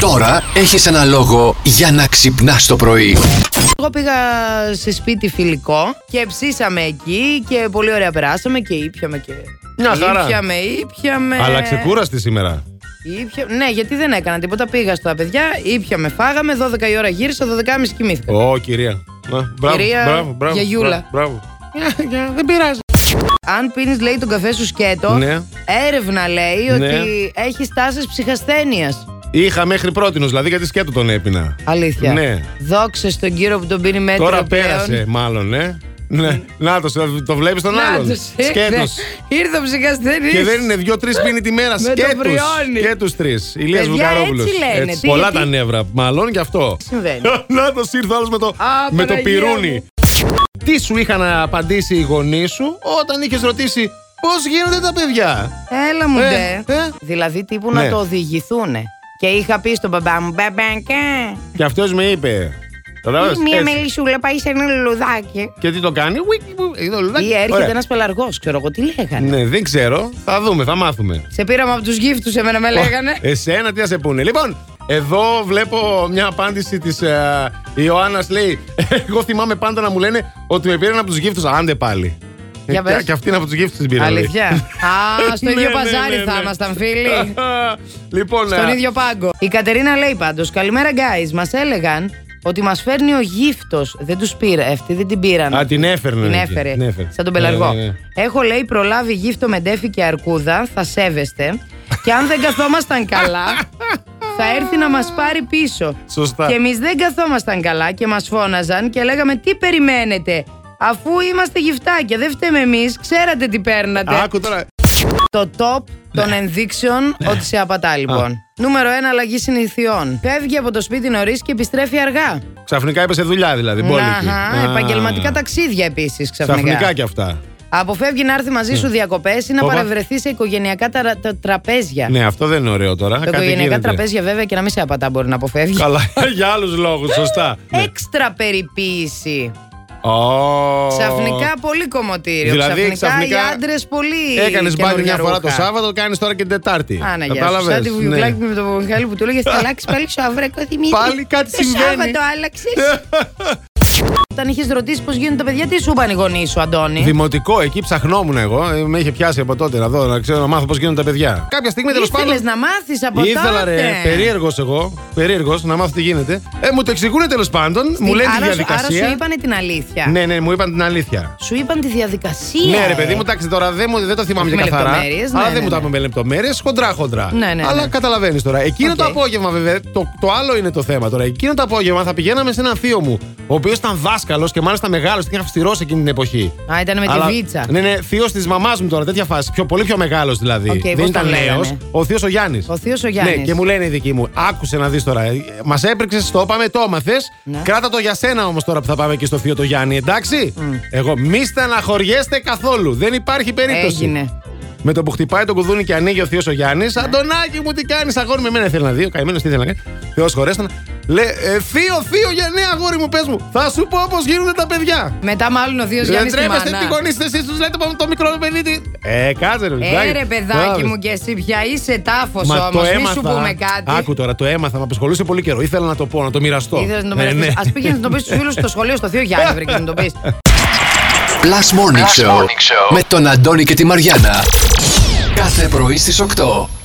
Τώρα έχεις ένα λόγο για να ξυπνάς το πρωί. Εγώ πήγα σε σπίτι φιλικό και ψήσαμε εκεί και πολύ ωραία περάσαμε και ήπιαμε και. Μια χαρά. Ήπιαμε, ήπιαμε. Αλλά ξεκούραστη σήμερα. Ήπια... Ναι, γιατί δεν έκανα τίποτα. Πήγα στα παιδιά, ήπιαμε, φάγαμε. 12 η ώρα γύρισα, 12.30 κοιμήθηκα. Ω, κυρία. Να, Μπράβο, Κυρία, μπράβο, μπράβο, γιαγιούλα. Μπράβο. δεν πειράζει. Αν πίνεις, λέει, τον καφέ σου σκέτο, Ναι. έρευνα λέει Ναι. ότι έχεις τάσεις ψυχασθένειας. Είχα μέχρι πρώτη, δηλαδή γιατί σκέτο τον έπινα. Αλήθεια. Ναι. Δόξα στον κύριο που τον πίνει μέτρο. Τώρα Ε, πλέον. πέρασε, μάλλον, ε. Ναι. Να το, το βλέπεις τον Να άλλον. τους Σκέτο. Ήρθε ο ψυχασθένη. Και δεν είναι δύο-τρει πίνει τη μέρα. Με το Σκέτους. βριώνει. Σκέτους τρεις. Ηλίας Παιδιά, Βουκαρόπουλο. έτσι λένε. Τι, Πολλά γιατί- τα νεύρα, μάλλον γι' αυτό. Συμβαίνει. Να το ήρθε άλλος με το, με το Παναγία πυρούνι. μου. Τι σου είχαν να απαντήσει οι γονείς σου όταν είχες ρωτήσει πώς γίνονται τα παιδιά. Έλα μου Ε, ντε. ε. Δηλαδή τύπου Ναι. να το οδηγηθούν. Και είχα πει στον μπαμπά μου, μπαμπάκα, Και αυτός με είπε. Κατάλαβες, μία έτσι. μελισσούλα πάει σε ένα λουλουδάκι. Και τι το κάνει. Ουικ, ουικ, εδώ, λουλάκι. Ή έρχεται Ωραία. ένας πελαργός, ξέρω εγώ τι λέγανε. Ναι, δεν ξέρω. Θα δούμε, θα μάθουμε. Σε πήραμε από τους γύφτους, εμένα με λέγανε. Εσένα τι θα σε πούνε. Λοιπόν, εδώ βλέπω μια απάντηση της ε, Ιωάννας. Λέει: Εγώ θυμάμαι πάντα να μου λένε ότι με πήραν από τους γύφτους. Άντε πάλι. Για Ε, πες. και- Και αυτήν από τους γύφτου την πήραν. λέει. Αλήθεια. Α, στο Ναι, ίδιο ναι, παζάρι ναι, θα ναι. ήμασταν, φίλοι. λοιπόν, Στον ε, ίδιο πάγκο. Η Κατερίνα λέει πάντως: Καλημέρα, guys. Μας έλεγαν ότι μας φέρνει ο γύφτος. Δεν τους πήρε. Αυτή δεν την πήραν. Α, την έφερνε. Την εκεί. έφερε. Ναι, Την έφερε. Σαν τον πελαργό. Ναι, ναι, ναι. Έχω λέει προλάβει γύφτο με ντέφι και αρκούδα. Θα σέβεστε. και αν δεν καθόμασταν καλά, θα έρθει να μας πάρει πίσω. Σωστά. Και εμείς δεν καθόμασταν καλά και μας φώναζαν και λέγαμε τι περιμένετε. Αφού είμαστε γυφτάκια, δεν φταίμε εμείς, ξέρατε τι παίρνατε. Άκου Ναι. τώρα. Το top των ενδείξεων ότι σε απατά, λοιπόν. Νούμερο 1. Αλλαγή συνηθιών. Φεύγει από το σπίτι νωρίς και επιστρέφει αργά. Ξαφνικά είπε σε δουλειά δηλαδή. μπόλικη. Αχα, Α, επαγγελματικά ταξίδια επίσης Ξαφνικά κι αυτά. Αποφεύγει να έρθει μαζί σου διακοπές ή να Ναι. Φοβά- παρευρεθεί σε οικογενειακά ταρα- τα- τραπέζια. Ναι, αυτό δεν είναι ωραίο τώρα. Τα Κάτι οικογενειακά γίνεται. τραπέζια, βέβαια, και να μην σε απατά μπορεί να αποφεύγει. Καλά, για άλλους λόγους, σωστά. Ε. Ναι. Έξτρα περιποίηση. Ω. Ξαφνικά πολύ κομμωτήριο. Δηλαδή, ξαφνικά, ξαφνικά οι άντρες πολύ. Έκανες μπάνι μια καινούργια φορά το ρούχα. Σάββατο, κάνεις τώρα και την Τετάρτη. Άνα, γεια σου. Κατάλαβες, Σαν τη ναι. βιβλάκι με τον Μιχάλη που του έλεγε Θα αλλάξεις πάλι σαβρέκο Δημήτρη. Πάλι κάτι το συμβαίνει. Σάββατο άλλαξες. Όταν είχες ρωτήσει πώς γίνονται τα παιδιά, τι σου είπαν οι γονείς σου, Αντώνη. Δημοτικό, εκεί ψαχνόμουν εγώ. Ε, Με είχε πιάσει από τότε να δω, να ξέρω να μάθω πώς γίνονται τα παιδιά. Κάποια στιγμή τέλος Ήθελες πάντων. να μάθεις από Ήθελα τότε. ρε, περίεργος εγώ, περίεργος να μάθω τι γίνεται. Ε, μου το εξηγούν τέλος πάντων, μου λένε άρα, σου- τη διαδικασία. Άρα σου είπαν την αλήθεια. Ναι, ναι, μου είπαν την αλήθεια. Σου είπαν τη διαδικασία. Ναι, ρε παιδί ε. μου, εντάξει, τώρα δεν, μου, δεν το θυμάμαι Όχι για με καθαρά. λεπτομέρειες, ναι, αλλά ναι, δεν μου τα ναι. είπαν με λεπτομέρειες, χοντρά χοντρά. Ναι, ναι, ναι. Αλλά καταλαβαίνεις τώρα. Εκείνο το Οκ. απόγευμα, βέβαια, το, το άλλο είναι το θέμα τώρα. Εκείνο το απόγευμα θα πηγαίναμε σε έναν θείο μου, ο οποίος ήταν δάσκαλος και μάλιστα μεγάλος, την είχα αυστηρώσει εκείνη την εποχή. Α, ήταν με τη βίτσα. Ναι, ναι, θείος της μαμάς μου τώρα, τέτοια φάση. Πιο, πολύ πιο μεγάλος δηλαδή. Οκ, δεν πώς ήταν τον λέγανε? νέο. Ο θείος ο Γιάννης. Ο θείος ο Γιάννης. Ναι, και μου λένε οι δικοί μου, άκουσε να δεις τώρα. Μας έπρεξες, το είπαμε, το έμαθες. Ναι. Κράτα το για σένα όμως τώρα που θα πάμε και στο θείο το Γιάννη, εντάξει. Εγώ μη στεναχωριέστε καθόλου. Δεν υπάρχει περίπτωση. Έγινε. Ναι. Με το που χτυπάει το κουδούνι και ανοίγει ο θείος ο Γιάννης. Αντωνάκι μου, τι κάνεις, αγόρι με εμένα θέλει να δει. Ο καημένος τι θέλει να κάνει. Θεός χωρέσταν. Λέει, ε, θείο, θείο, για ναι, αγόρι μου, πες μου. Θα σου πω πώ γίνονται τα παιδιά. Μετά μάλλον ο Θείο Δεν Γιάννη στη τρέπεστε, μάνα. τι γονεί εσείς τους λέτε πάμε το μικρό παιδί. τι- Ε, κάτσε ρε, Ε, ρε παιδάκι μου και εσύ πια είσαι τάφος Μα όμω. το Μη έμαθα. σου πούμε κάτι. Άκου τώρα, το έμαθα. Με απασχολούσε πολύ καιρό. Ήθελα να το πω, να το μοιραστώ. Ήθελες να το Ναι, μοιραστείς. ναι. Ας πήγαινε να το πεις στους φίλους στο σχολείο, στο Θείο Γιάννη, βρε και να το πεις. Plus Morning, Show, με τον Αντώνη και τη Μαριάνα. Κάθε πρωί στις 8.